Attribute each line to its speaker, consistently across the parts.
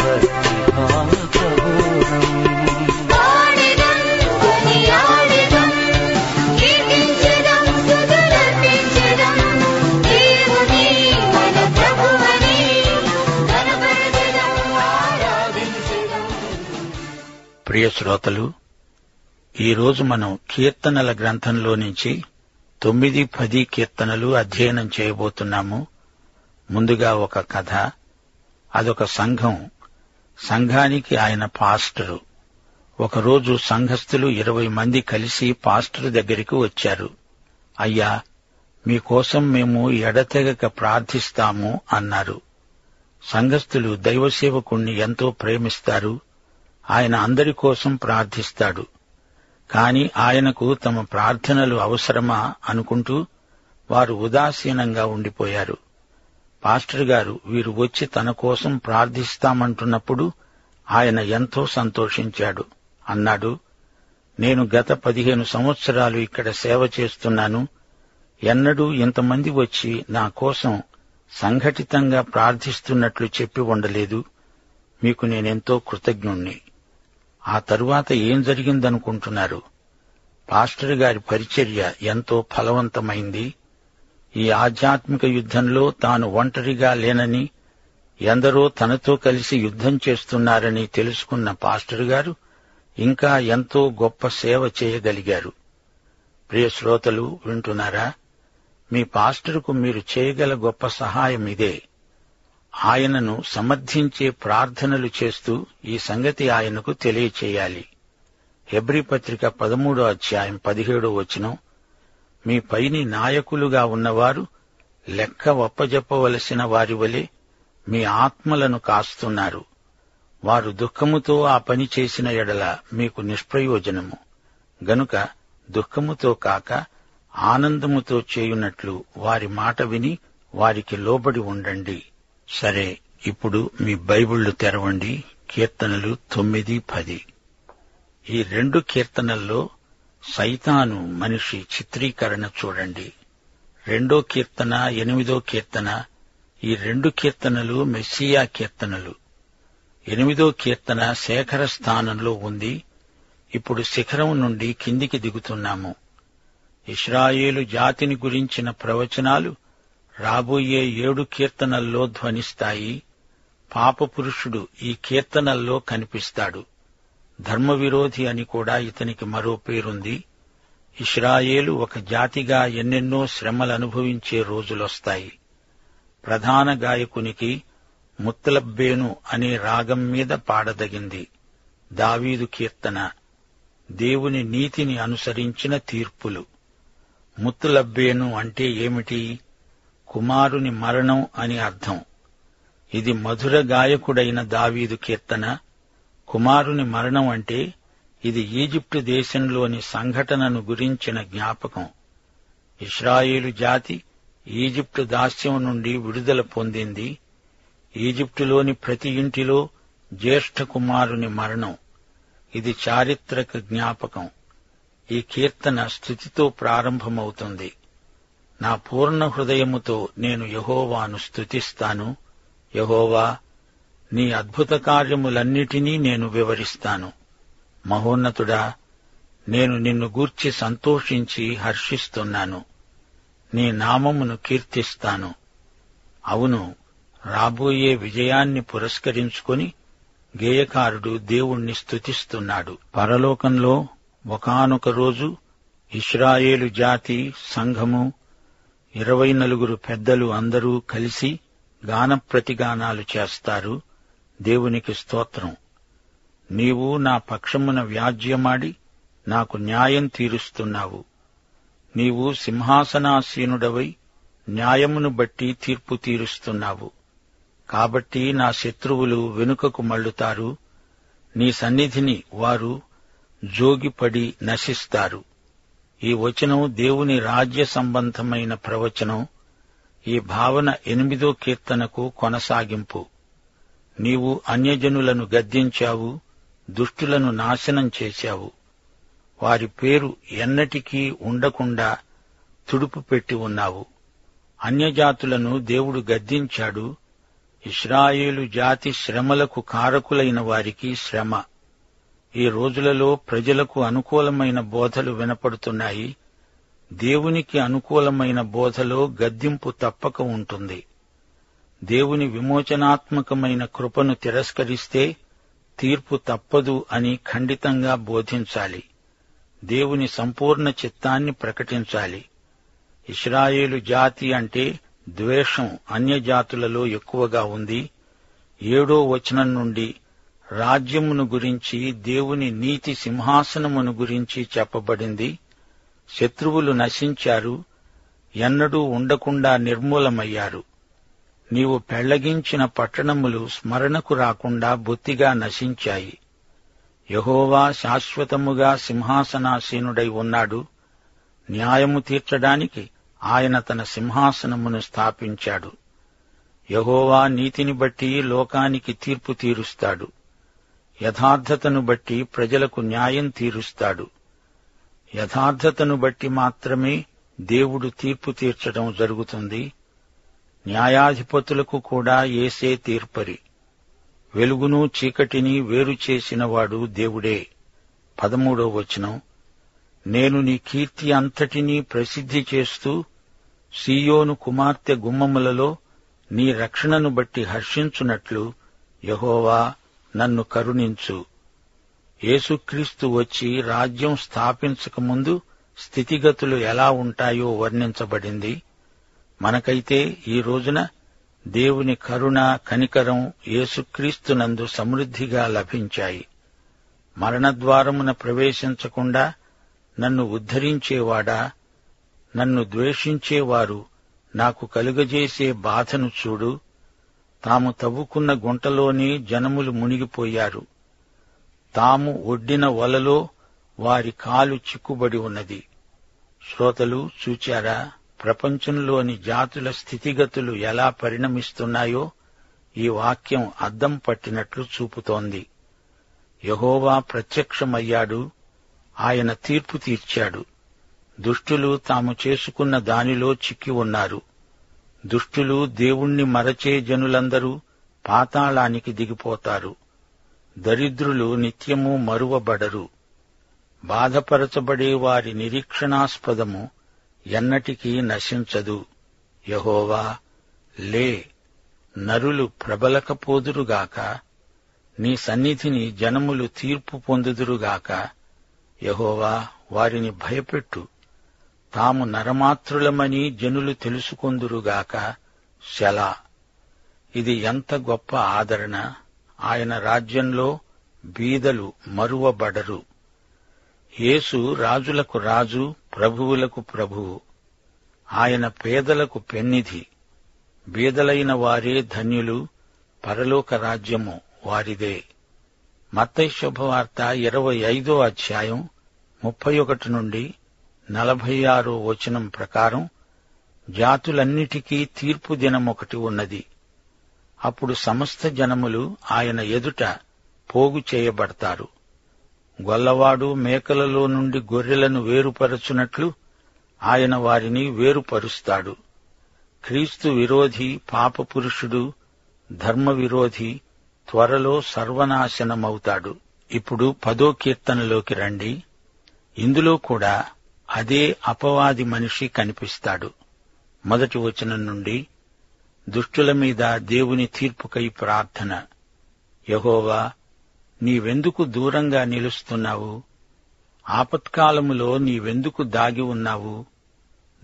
Speaker 1: భక్తిభావబోధం ప్రియ శ్రోతలు ఈరోజు మనం కీర్తనల గ్రంథంలో నుంచి తొమ్మిది పది కీర్తనలు అధ్యయనం చేయబోతున్నాము ముందుగా ఒక కథ అదొక సంఘం సంఘానికి ఆయన పాస్టరు ఒకరోజు సంఘస్థులు ఇరవై మంది కలిసి పాస్టర్ దగ్గరికి వచ్చారు అయ్యా మీకోసం మేము ఎడతెగక ప్రార్థిస్తాము అన్నారు సంఘస్థులు దైవసేవకుణ్ణి ఎంతో ప్రేమిస్తారు ఆయన అందరి కోసం ప్రార్థిస్తాడు కాని ఆయనకు తమ ప్రార్థనలు అవసరమా అనుకుంటూ వారు ఉదాసీనంగా ఉండిపోయారు పాస్టర్ గారు వీరు వచ్చి తన కోసం ప్రార్థిస్తామంటున్నప్పుడు ఆయన ఎంతో సంతోషించాడు అన్నాడు నేను గత పదిహేను సంవత్సరాలు ఇక్కడ సేవ చేస్తున్నాను ఎన్నడూ ఇంతమంది వచ్చి నా కోసం సంఘటితంగా ప్రార్థిస్తున్నట్లు చెప్పి ఉండలేదు మీకు నేనెంతో కృతజ్ఞుణ్ణి ఆ తరువాత ఏం జరిగిందనుకుంటున్నారు పాస్టర్ గారి పరిచర్య ఎంతో ఫలవంతమైంది ఈ ఆధ్యాత్మిక యుద్ధంలో తాను ఒంటరిగా లేనని ఎందరో తనతో కలిసి యుద్ధం చేస్తున్నారని తెలుసుకున్న పాస్టర్ గారు ఇంకా ఎంతో గొప్ప సేవ చేయగలిగారు ప్రియ శ్రోతలు వింటున్నారా మీ పాస్టర్కు మీరు చేయగల గొప్ప సహాయం ఇదే ఆయనను సమర్థించే ప్రార్థనలు చేస్తూ ఈ సంగతి ఆయనకు తెలియచేయాలి హెబ్రి పత్రిక పదమూడో అధ్యాయం పదిహేడో వచనం మీ పైని నాయకులుగా ఉన్నవారు లెక్క ఒప్పజెప్పవలసిన వారి వలె మీ ఆత్మలను కాస్తున్నారు వారు దుఃఖముతో ఆ పని చేసిన ఎడల మీకు నిష్ప్రయోజనము గనుక దుఃఖముతో కాక ఆనందముతో చేయునట్లు వారి మాట విని వారికి లోబడి ఉండండి సరే ఇప్పుడు మీ బైబిళ్లు తెరవండి కీర్తనలు తొమ్మిది పది ఈ రెండు కీర్తనల్లో సైతాను మనిషి చిత్రీకరణ చూడండి రెండో కీర్తన ఎనిమిదో కీర్తన ఈ రెండు కీర్తనలు మెస్సియా కీర్తనలు ఎనిమిదో కీర్తన శేఖర స్థానంలో ఉంది ఇప్పుడు శిఖరం నుండి కిందికి దిగుతున్నాము ఇస్రాయేలు జాతిని గురించిన ప్రవచనాలు రాబోయే ఏడు కీర్తనల్లో ధ్వనిస్తాయి పాపపురుషుడు ఈ కీర్తనల్లో కనిపిస్తాడు ధర్మవిరోధి అని కూడా ఇతనికి మరో పేరుంది ఇస్రాయేలు ఒక జాతిగా ఎన్నెన్నో శ్రమలు అనుభవించే రోజులొస్తాయి ప్రధాన గాయకునికి ముత్తలబ్బేను అనే రాగం మీద పాడదగింది దావీదు కీర్తన దేవుని నీతిని అనుసరించిన తీర్పులు ముత్తులబ్బేను అంటే ఏమిటి కుమారుని మరణం అని అర్థం ఇది మధుర గాయకుడైన దావీదు కీర్తన కుమారుని మరణం అంటే ఇది ఈజిప్టు దేశంలోని సంఘటనను గురించిన జ్ఞాపకం ఇస్రాయేలు జాతి ఈజిప్టు దాస్యం నుండి విడుదల పొందింది ఈజిప్టులోని ప్రతి ఇంటిలో జ్యేష్ఠ కుమారుని మరణం ఇది చారిత్రక జ్ఞాపకం ఈ కీర్తన స్థుతితో ప్రారంభమవుతుంది నా పూర్ణ హృదయముతో నేను యహోవాను స్తుతిస్తాను యహోవా నీ అద్భుత కార్యములన్నిటినీ నేను వివరిస్తాను మహోన్నతుడా నేను నిన్ను గూర్చి సంతోషించి హర్షిస్తున్నాను నీ నామమును కీర్తిస్తాను అవును రాబోయే విజయాన్ని పురస్కరించుకొని గేయకారుడు దేవుణ్ణి స్తుతిస్తున్నాడు పరలోకంలో ఒకనొక రోజు ఇస్రాయేలు జాతి సంఘము ఇరవై నలుగురు పెద్దలు అందరూ కలిసి గాన ప్రతిగానాలు చేస్తారు దేవునికి స్తోత్రం నీవు నా పక్షమున వ్యాజ్యమాడి నాకు న్యాయం తీరుస్తున్నావు నీవు సింహాసనాసీనుడవై న్యాయమును బట్టి తీర్పు తీరుస్తున్నావు కాబట్టి నా శత్రువులు వెనుకకు మళ్ళుతారు నీ సన్నిధిని వారు జోగిపడి నశిస్తారు ఈ వచనం దేవుని రాజ్య సంబంధమైన ప్రవచనం ఈ భావన ఎనిమిదో కీర్తనకు కొనసాగింపు నీవు అన్యజనులను గద్దించావు దుష్టులను నాశనం చేశావు వారి పేరు ఎన్నటికీ ఉండకుండా తుడుపు పెట్టి ఉన్నావు అన్యజాతులను దేవుడు గద్దించాడు ఇస్రాయేలు జాతి శ్రమలకు కారకులైన వారికి శ్రమ ఈ రోజులలో ప్రజలకు అనుకూలమైన బోధలు వినపడుతున్నాయి దేవునికి అనుకూలమైన బోధలో గద్దింపు తప్పక ఉంటుంది దేవుని విమోచనాత్మకమైన కృపను తిరస్కరిస్తే తీర్పు తప్పదు అని ఖండితంగా బోధించాలి దేవుని సంపూర్ణ చిత్తాన్ని ప్రకటించాలి ఇస్రాయేలు జాతి అంటే ద్వేషం అన్యజాతులలో ఎక్కువగా ఉంది ఏడో వచనం నుండి రాజ్యమును గురించి దేవుని నీతి సింహాసనమును గురించి చెప్పబడింది శత్రువులు నశించారు ఎన్నడూ ఉండకుండా నిర్మూలమయ్యారు నీవు పెళ్లగించిన పట్టణములు స్మరణకు రాకుండా బొత్తిగా నశించాయి యహోవా శాశ్వతముగా సింహాసనాసీనుడై ఉన్నాడు న్యాయము తీర్చడానికి ఆయన తన సింహాసనమును స్థాపించాడు యహోవా నీతిని బట్టి లోకానికి తీర్పు తీరుస్తాడు యథార్థతను బట్టి ప్రజలకు న్యాయం తీరుస్తాడు యథార్థతను బట్టి మాత్రమే దేవుడు తీర్పు తీర్చడం జరుగుతుంది న్యాయాధిపతులకు కూడా ఏసే తీర్పరి వెలుగును చీకటిని వేరు చేసినవాడు దేవుడే పదమూడో వచనం నేను నీ కీర్తి అంతటినీ ప్రసిద్ధి చేస్తూ సీయోను కుమార్తె గుమ్మములలో నీ రక్షణను బట్టి హర్షించునట్లు యహోవా నన్ను కరుణించు యేసుక్రీస్తు వచ్చి రాజ్యం స్థాపించకముందు స్థితిగతులు ఎలా ఉంటాయో వర్ణించబడింది మనకైతే ఈ రోజున దేవుని కరుణ కనికరం యేసుక్రీస్తునందు సమృద్ధిగా లభించాయి మరణద్వారమున ప్రవేశించకుండా నన్ను ఉద్ధరించేవాడా నన్ను ద్వేషించేవారు నాకు కలుగజేసే బాధను చూడు తాము తవ్వుకున్న గుంటలోనే జనములు మునిగిపోయారు తాము ఒడ్డిన వలలో వారి కాలు చిక్కుబడి ఉన్నది శ్రోతలు చూచారా ప్రపంచంలోని జాతుల స్థితిగతులు ఎలా పరిణమిస్తున్నాయో ఈ వాక్యం అద్దం పట్టినట్లు చూపుతోంది యహోవా ప్రత్యక్షమయ్యాడు ఆయన తీర్పు తీర్చాడు దుష్టులు తాము చేసుకున్న దానిలో చిక్కి ఉన్నారు దుష్టులు దేవుణ్ణి మరచే జనులందరూ పాతాళానికి దిగిపోతారు దరిద్రులు నిత్యము మరువబడరు బాధపరచబడే వారి నిరీక్షణాస్పదము ఎన్నటికీ నశించదు యహోవా లే నరులు ప్రబలకపోదురుగాక నీ సన్నిధిని జనములు తీర్పు పొందుదురుగాక యహోవా వారిని భయపెట్టు తాము నరమాత్రులమని జనులు తెలుసుకొందురుగాక శలా ఇది ఎంత గొప్ప ఆదరణ ఆయన రాజ్యంలో బీదలు మరువబడరు యేసు రాజులకు రాజు ప్రభువులకు ప్రభువు ఆయన పేదలకు పెన్నిధి బీదలైన వారే ధన్యులు పరలోక రాజ్యము వారిదే మత్తయి శుభవార్త ఇరవై ఐదో అధ్యాయం ముప్పై ఒకటి నుండి నలభై ఆరో వచనం ప్రకారం జాతులన్నిటికీ తీర్పు దినమొకటి ఉన్నది అప్పుడు సమస్త జనములు ఆయన ఎదుట పోగు చేయబడతారు గొల్లవాడు మేకలలో నుండి గొర్రెలను వేరుపరచునట్లు ఆయన వారిని వేరుపరుస్తాడు క్రీస్తు విరోధి పాపపురుషుడు ధర్మ విరోధి త్వరలో సర్వనాశనమవుతాడు ఇప్పుడు పదో కీర్తనలోకి రండి ఇందులో కూడా అదే అపవాది మనిషి కనిపిస్తాడు మొదటి వచనం నుండి దుష్టుల మీద దేవుని తీర్పుకై ప్రార్థన యహోవా నీవెందుకు దూరంగా నిలుస్తున్నావు ఆపత్కాలములో నీవెందుకు దాగి ఉన్నావు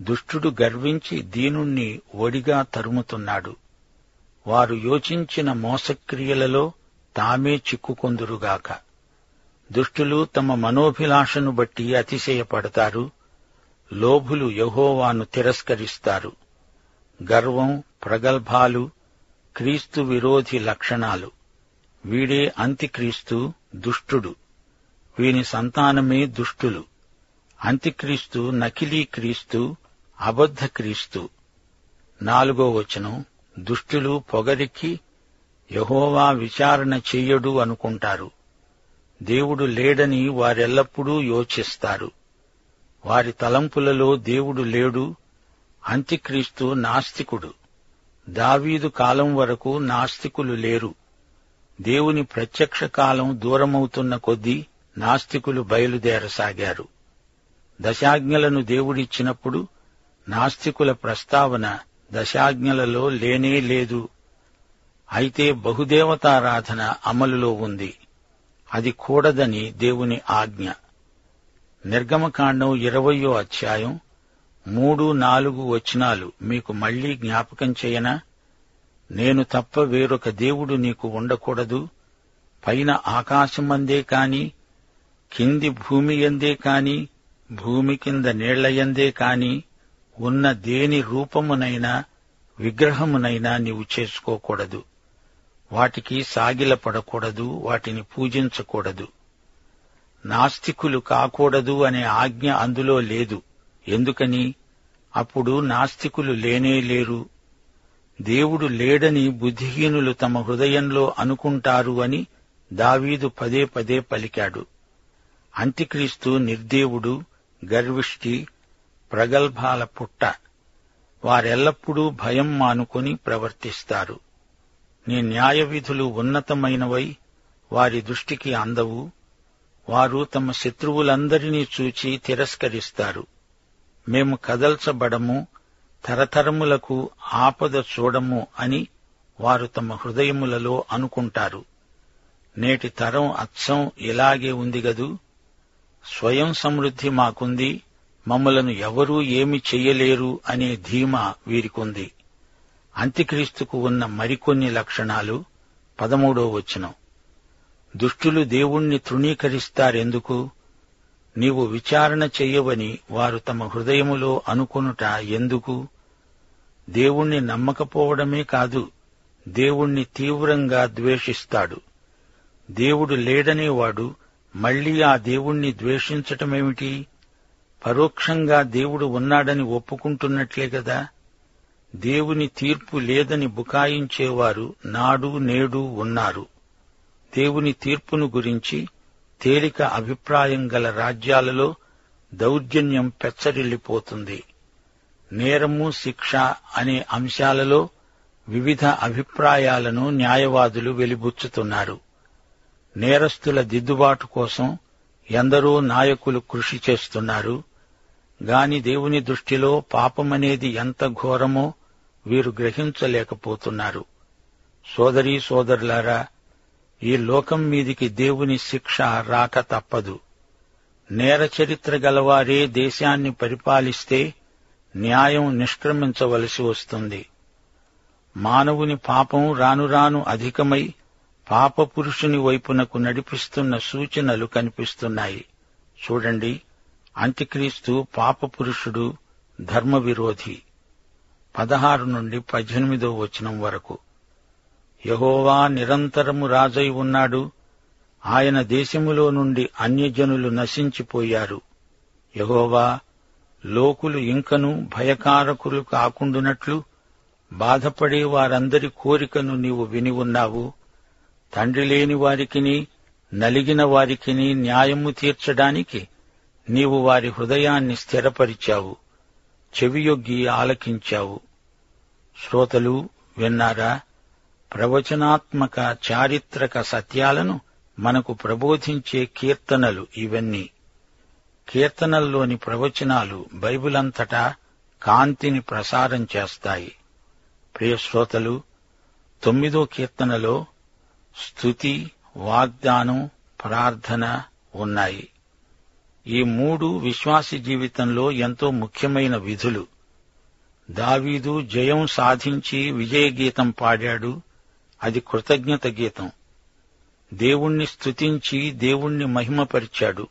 Speaker 1: దుష్టుడు గర్వించి దీనుణ్ణి ఒడిగా తరుముతున్నాడు వారు యోచించిన మోసక్రియలలో తామే చిక్కుకొందురుగాక దుష్టులు తమ మనోభిలాషను బట్టి అతిశయపడతారు లోభులు యహోవాను తిరస్కరిస్తారు గర్వం ప్రగల్భాలు క్రీస్తు విరోధి లక్షణాలు వీడే అంత్యక్రీస్తు దుష్టుడు వీని సంతానమే దుష్టులు అంత్యక్రీస్తు నకిలీ క్రీస్తు అబద్ధ క్రీస్తు నాలుగో వచనం దుష్టులు పొగరికి యెహోవా విచారణ చెయ్యడు అనుకుంటారు దేవుడు లేడని వారెల్లప్పుడూ యోచిస్తారు వారి తలంపులలో దేవుడు లేడు అంత్యక్రీస్తు నాస్తికుడు దావీదు కాలం వరకు నాస్తికులు లేరు దేవుని ప్రత్యక్ష కాలం దూరమవుతున్న కొద్దీ నాస్తికులు బయలుదేరసాగారు దశాజ్ఞలను దేవుడిచ్చినప్పుడు నాస్తికుల ప్రస్తావన దశాజ్ఞలలో లేనే లేదు అయితే బహుదేవతారాధన అమలులో ఉంది అది కూడదని దేవుని ఆజ్ఞ నిర్గమకాండం ఇరవయో అధ్యాయం మూడు నాలుగు వచనాలు మీకు మళ్లీ జ్ఞాపకం చేయనా నేను తప్ప వేరొక దేవుడు నీకు ఉండకూడదు పైన ఆకాశమందే కాని కింది భూమి ఎందే కాని భూమి కింద నీళ్లయందే కాని ఉన్న దేని రూపమునైనా విగ్రహమునైనా నీవు చేసుకోకూడదు వాటికి సాగిలపడకూడదు వాటిని పూజించకూడదు నాస్తికులు కాకూడదు అనే ఆజ్ఞ అందులో లేదు ఎందుకని అప్పుడు నాస్తికులు లేనే లేరు దేవుడు లేడని బుద్ధిహీనులు తమ హృదయంలో అనుకుంటారు అని దావీదు పదే పదే పలికాడు అంత్యక్రీస్తు నిర్దేవుడు గర్విష్టి ప్రగల్భాల పుట్ట వారెల్లప్పుడూ భయం మానుకొని ప్రవర్తిస్తారు నీ న్యాయవిధులు ఉన్నతమైనవై వారి దృష్టికి అందవు వారు తమ శత్రువులందరినీ చూచి తిరస్కరిస్తారు మేము కదల్చబడము తరతరములకు ఆపద చూడము అని వారు తమ హృదయములలో అనుకుంటారు నేటి తరం అచ్చం ఇలాగే ఉంది గదు స్వయం సమృద్ధి మాకుంది మమ్మలను ఎవరూ ఏమి చెయ్యలేరు అనే ధీమా వీరికుంది అంత్యక్రీస్తుకు ఉన్న మరికొన్ని లక్షణాలు పదమూడో వచనం దుష్టులు దేవుణ్ణి తృణీకరిస్తారెందుకు నీవు విచారణ చెయ్యవని వారు తమ హృదయములో అనుకొనుట ఎందుకు దేవుణ్ణి నమ్మకపోవడమే కాదు దేవుణ్ణి తీవ్రంగా ద్వేషిస్తాడు దేవుడు లేడనేవాడు మళ్లీ ఆ దేవుణ్ణి ద్వేషించటమేమిటి పరోక్షంగా దేవుడు ఉన్నాడని ఒప్పుకుంటున్నట్లే కదా దేవుని తీర్పు లేదని బుకాయించేవారు నాడు నేడు ఉన్నారు దేవుని తీర్పును గురించి తేలిక అభిప్రాయం గల రాజ్యాలలో దౌర్జన్యం పెచ్చరిల్లిపోతుంది నేరము శిక్ష అనే అంశాలలో వివిధ అభిప్రాయాలను న్యాయవాదులు వెలిబుచ్చుతున్నారు నేరస్తుల దిద్దుబాటు కోసం ఎందరో నాయకులు కృషి చేస్తున్నారు గాని దేవుని దృష్టిలో పాపమనేది ఎంత ఘోరమో వీరు గ్రహించలేకపోతున్నారు సోదరీ సోదరులారా ఈ లోకం మీదికి దేవుని శిక్ష రాక తప్పదు నేర చరిత్ర గలవారే దేశాన్ని పరిపాలిస్తే న్యాయం నిష్క్రమించవలసి వస్తుంది మానవుని పాపం రానురాను అధికమై పాపపురుషుని వైపునకు నడిపిస్తున్న సూచనలు కనిపిస్తున్నాయి చూడండి అంత్యక్రీస్తు పాపపురుషుడు ధర్మవిరోధి పదహారు నుండి పద్దెనిమిదో వచనం వరకు యహోవా నిరంతరము రాజై ఉన్నాడు ఆయన దేశములో నుండి అన్యజనులు నశించిపోయారు యహోవా లోకులు ఇంకను భయకారకులు కాకుండునట్లు బాధపడే వారందరి కోరికను నీవు విని ఉన్నావు తండ్రి లేని వారికిని నలిగిన వారికిని న్యాయము తీర్చడానికి నీవు వారి హృదయాన్ని స్థిరపరిచావు చెవియొగ్గి ఆలకించావు శ్రోతలు విన్నారా ప్రవచనాత్మక చారిత్రక సత్యాలను మనకు ప్రబోధించే కీర్తనలు ఇవన్నీ కీర్తనల్లోని ప్రవచనాలు బైబిలంతటా కాంతిని ప్రసారం చేస్తాయి ప్రియ శ్రోతలు తొమ్మిదో కీర్తనలో స్థుతి వాగ్దానం ప్రార్థన ఉన్నాయి ఈ మూడు విశ్వాసి జీవితంలో ఎంతో ముఖ్యమైన విధులు దావీదు జయం సాధించి విజయ గీతం పాడాడు అది కృతజ్ఞత గీతం దేవుణ్ణి స్తుతించి దేవుణ్ణి మహిమపరిచాడు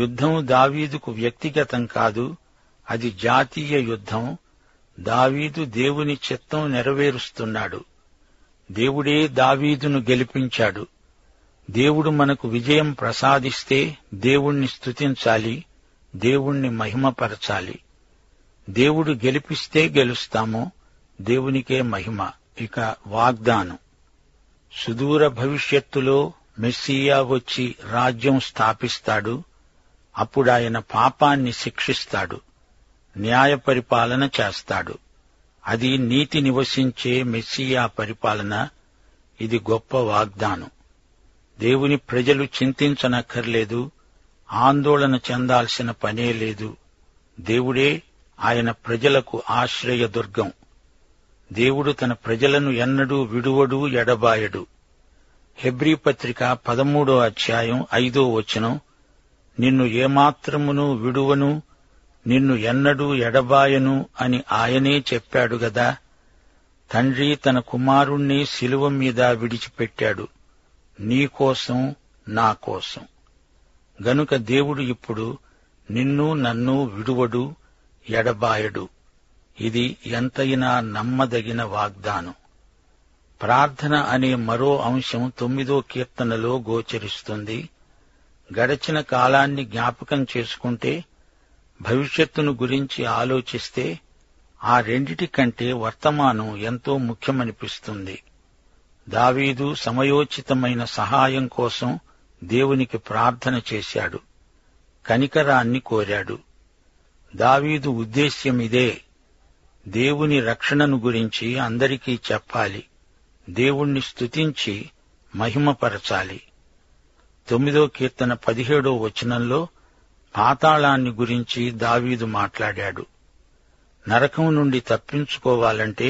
Speaker 1: యుద్ధం దావీదుకు వ్యక్తిగతం కాదు అది జాతీయ యుద్ధం దావీదు దేవుని చిత్తం నెరవేరుస్తున్నాడు దేవుడే దావీదును గెలిపించాడు దేవుడు మనకు విజయం ప్రసాదిస్తే దేవుణ్ణి స్తుతించాలి దేవుణ్ణి మహిమపరచాలి దేవుడు గెలిపిస్తే గెలుస్తాము దేవునికే మహిమ ఇక వాగ్దానం సుదూర భవిష్యత్తులో మెస్సియా వచ్చి రాజ్యం స్థాపిస్తాడు అప్పుడాయన పాపాన్ని శిక్షిస్తాడు న్యాయ పరిపాలన చేస్తాడు అది నీతి నివసించే మెస్సియా పరిపాలన ఇది గొప్ప వాగ్దానం దేవుని ప్రజలు చింతించనక్కర్లేదు ఆందోళన చెందాల్సిన పనే లేదు దేవుడే ఆయన ప్రజలకు ఆశ్రయదుర్గం దేవుడు తన ప్రజలను ఎన్నడూ విడువడు ఎడబాయడు హెబ్రీ పత్రిక పదమూడో అధ్యాయం ఐదో వచనం నిన్ను ఏమాత్రమును విడువను నిన్ను ఎన్నడూ ఎడబాయను అని ఆయనే చెప్పాడు గదా తండ్రి తన కుమారుణ్ణి శిలువ మీద విడిచిపెట్టాడు నీ కోసం నా కోసం గనుక దేవుడు ఇప్పుడు నిన్ను నన్ను విడువడు ఎడబాయడు ఇది ఎంతైనా నమ్మదగిన వాగ్దానం ప్రార్థన అనే మరో అంశం తొమ్మిదో కీర్తనలో గోచరిస్తుంది గడచిన కాలాన్ని జ్ఞాపకం చేసుకుంటే భవిష్యత్తును గురించి ఆలోచిస్తే ఆ రెండిటి కంటే వర్తమానం ఎంతో ముఖ్యమనిపిస్తుంది దావీదు సమయోచితమైన సహాయం కోసం దేవునికి ప్రార్థన చేశాడు కనికరాన్ని కోరాడు దావీదు ఉద్దేశ్యం ఇదే దేవుని రక్షణను గురించి అందరికీ చెప్పాలి దేవుణ్ణి స్తుతించి మహిమపరచాలి తొమ్మిదో కీర్తన పదిహేడో వచనంలో పాతాళాన్ని గురించి దావీదు మాట్లాడాడు నరకం నుండి తప్పించుకోవాలంటే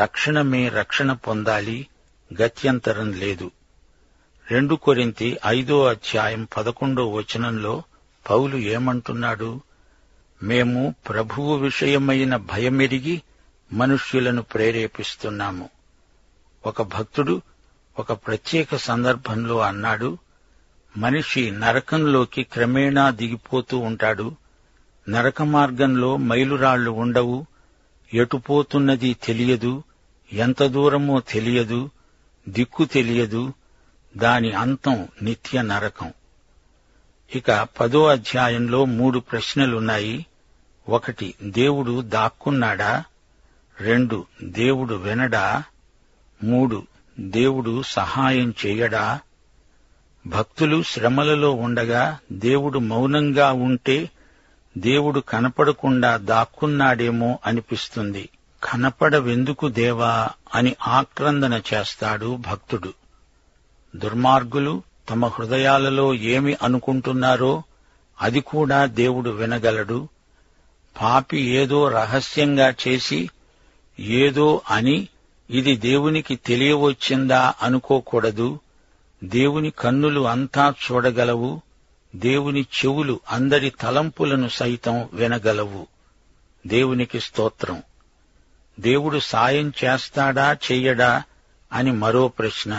Speaker 1: తక్షణమే రక్షణ పొందాలి గత్యంతరం లేదు రెండు కొరింతి ఐదో అధ్యాయం పదకొండో వచనంలో పౌలు ఏమంటున్నాడు మేము ప్రభువు విషయమైన భయమెరిగి మనుష్యులను ప్రేరేపిస్తున్నాము ఒక భక్తుడు ఒక ప్రత్యేక సందర్భంలో అన్నాడు మనిషి నరకంలోకి క్రమేణా దిగిపోతూ ఉంటాడు నరక మార్గంలో మైలురాళ్లు ఉండవు ఎటుపోతున్నది తెలియదు ఎంత దూరమో తెలియదు దిక్కు తెలియదు దాని అంతం నిత్య నరకం ఇక పదో అధ్యాయంలో మూడు ప్రశ్నలున్నాయి ఒకటి దేవుడు దాక్కున్నాడా రెండు దేవుడు వినడా మూడు దేవుడు సహాయం చేయడా భక్తులు శ్రమలలో ఉండగా దేవుడు మౌనంగా ఉంటే దేవుడు కనపడకుండా దాక్కున్నాడేమో అనిపిస్తుంది కనపడవెందుకు దేవా అని ఆక్రందన చేస్తాడు భక్తుడు దుర్మార్గులు తమ హృదయాలలో ఏమి అనుకుంటున్నారో అది కూడా దేవుడు వినగలడు పాపి ఏదో రహస్యంగా చేసి ఏదో అని ఇది దేవునికి తెలియవచ్చిందా అనుకోకూడదు దేవుని కన్నులు అంతా చూడగలవు దేవుని చెవులు అందరి తలంపులను సైతం వినగలవు దేవునికి స్తోత్రం దేవుడు సాయం చేస్తాడా చెయ్యడా అని మరో ప్రశ్న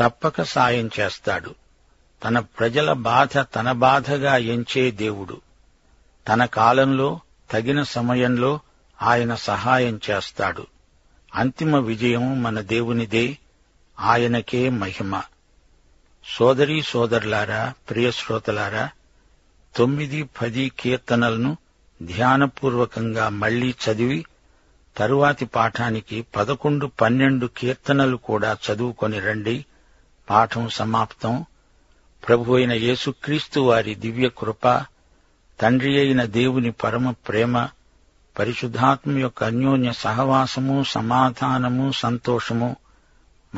Speaker 1: తప్పక సాయం చేస్తాడు తన ప్రజల బాధ తన బాధగా ఎంచే దేవుడు తన కాలంలో తగిన సమయంలో ఆయన సహాయం చేస్తాడు అంతిమ విజయం మన దేవునిదే ఆయనకే మహిమ సోదరీ సోదరులారా ప్రియ శ్రోతలారా తొమ్మిది పది కీర్తనలను ధ్యానపూర్వకంగా మళ్లీ చదివి తరువాతి పాఠానికి పదకొండు పన్నెండు కీర్తనలు కూడా చదువుకొని రండి పాఠం సమాప్తం ప్రభు అయిన యేసుక్రీస్తు వారి దివ్య కృప తండ్రి అయిన దేవుని పరమ ప్రేమ పరిశుద్ధాత్మ యొక్క అన్యోన్య సహవాసము సమాధానము సంతోషము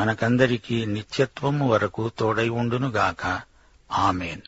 Speaker 1: మనకందరికీ నిత్యత్వము వరకు తోడై ఉండునుగాక ఆమెన్